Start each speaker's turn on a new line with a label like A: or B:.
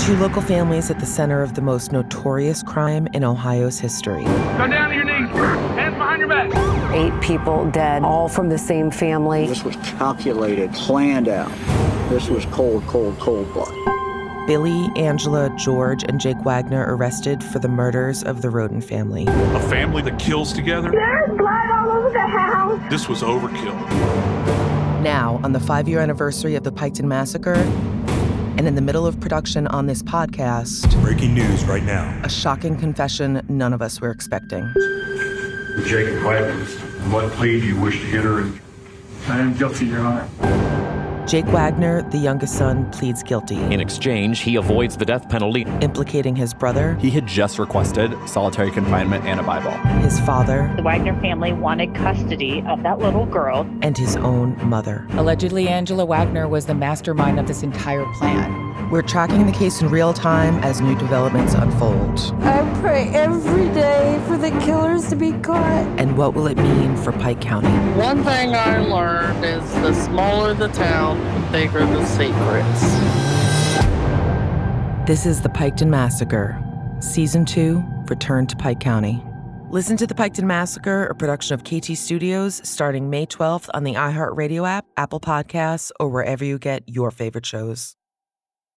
A: Two local families at the center of the most notorious crime in Ohio's history.
B: Go down to your knees. Hands behind your back.
C: Eight people dead, all from the same family.
D: This was calculated, planned out. This was cold, cold, cold blood.
A: Billy, Angela, George, and Jake Wagner arrested for the murders of the Roden family.
E: A family that kills together?
F: There's blood all over the house.
E: This was overkill.
A: Now, on the five year anniversary of the Piketon Massacre, and in the middle of production on this podcast,
G: Breaking news right now.
A: a shocking confession none of us were expecting.
H: Jacob Wagner, what plea do you wish to enter? in?
B: I am guilty, Your Honor.
A: Jake Wagner, the youngest son, pleads guilty,
I: In exchange, he avoids the death penalty.
A: implicating his brother,
G: He had just requested solitary confinement and a Bible.
A: his father,
J: The Wagner family wanted custody of that little girl.
A: and his own mother.
C: Allegedly, Angela Wagner was the mastermind of this entire plan.
A: We're tracking the case in real time as new developments unfold.
F: I pray every day for the killers to be caught.
A: And what will it mean for Pike County?
J: One thing I learned is the smaller the town, the bigger the secrets.
A: This is the Piketon Massacre, Season 2 Return to Pike County. Listen to the Piketon Massacre, a production of KT Studios, starting May 12th on the iHeartRadio app, Apple Podcasts, or wherever you get your favorite shows.